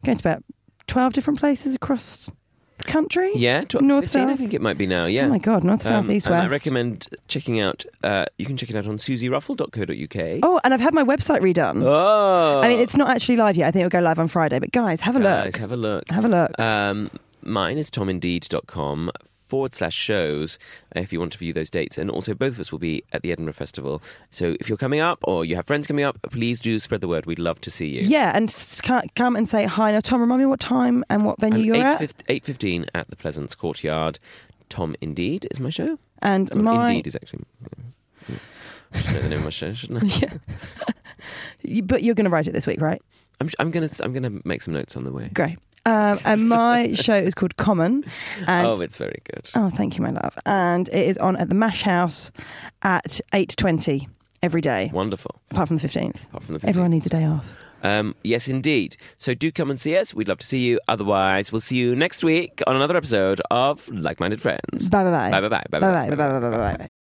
[SPEAKER 2] going to about twelve different places across the country.
[SPEAKER 1] yeah, tw-
[SPEAKER 2] North,
[SPEAKER 1] 15, I
[SPEAKER 2] south.
[SPEAKER 1] think it might be now. Yeah.
[SPEAKER 2] Oh my god, north, south,
[SPEAKER 1] Um,
[SPEAKER 2] east,
[SPEAKER 1] and
[SPEAKER 2] west.
[SPEAKER 1] I recommend checking out. Uh, you can check it out on susieruffle.co.uk.
[SPEAKER 2] oh, and I've had my website redone.
[SPEAKER 1] Oh.
[SPEAKER 2] I mean, it's not actually live yet. I think it'll go live on Friday. But guys, have a
[SPEAKER 1] Guys,
[SPEAKER 2] look.
[SPEAKER 1] have a look.
[SPEAKER 2] Have a look.
[SPEAKER 1] Um, mine is tomindeed.com forward slash shows uh, if you want to view those dates. And also, both of us will be at the Edinburgh Festival. So if you're coming up or you have friends coming up, please do spread the word. We'd love to see you.
[SPEAKER 2] Yeah, and s- ca- come and say hi. Now, Tom, remind me what time and what venue
[SPEAKER 1] And
[SPEAKER 2] you're at.
[SPEAKER 1] 8, 8.15 at the Pleasance Courtyard. Tom Indeed is my show.
[SPEAKER 2] and
[SPEAKER 1] Well,
[SPEAKER 2] my
[SPEAKER 1] Oh, Indeed is actually. I should know the name of my show, shouldn't I?
[SPEAKER 2] yeah. You- but you're going to write it this week, right?
[SPEAKER 1] I'm, I'm gonna I'm gonna make some notes on the way.
[SPEAKER 2] Great. Um, and my show is called Common. And
[SPEAKER 1] oh, it's very good.
[SPEAKER 2] Oh, thank you, my love. And it is on at the Mash House at eight twenty every day,
[SPEAKER 1] Wonderful.
[SPEAKER 2] apart from the fifteenth.
[SPEAKER 1] Apart from the 15th.
[SPEAKER 2] Everyone needs a day off.
[SPEAKER 1] Um, yes, indeed. So do come and see us. We'd love to see you. Otherwise, we'll see you next week on another episode of Like Minded Friends.
[SPEAKER 2] Bye bye bye.
[SPEAKER 1] Bye bye bye. Bye
[SPEAKER 2] Bye bye bye bye bye bye.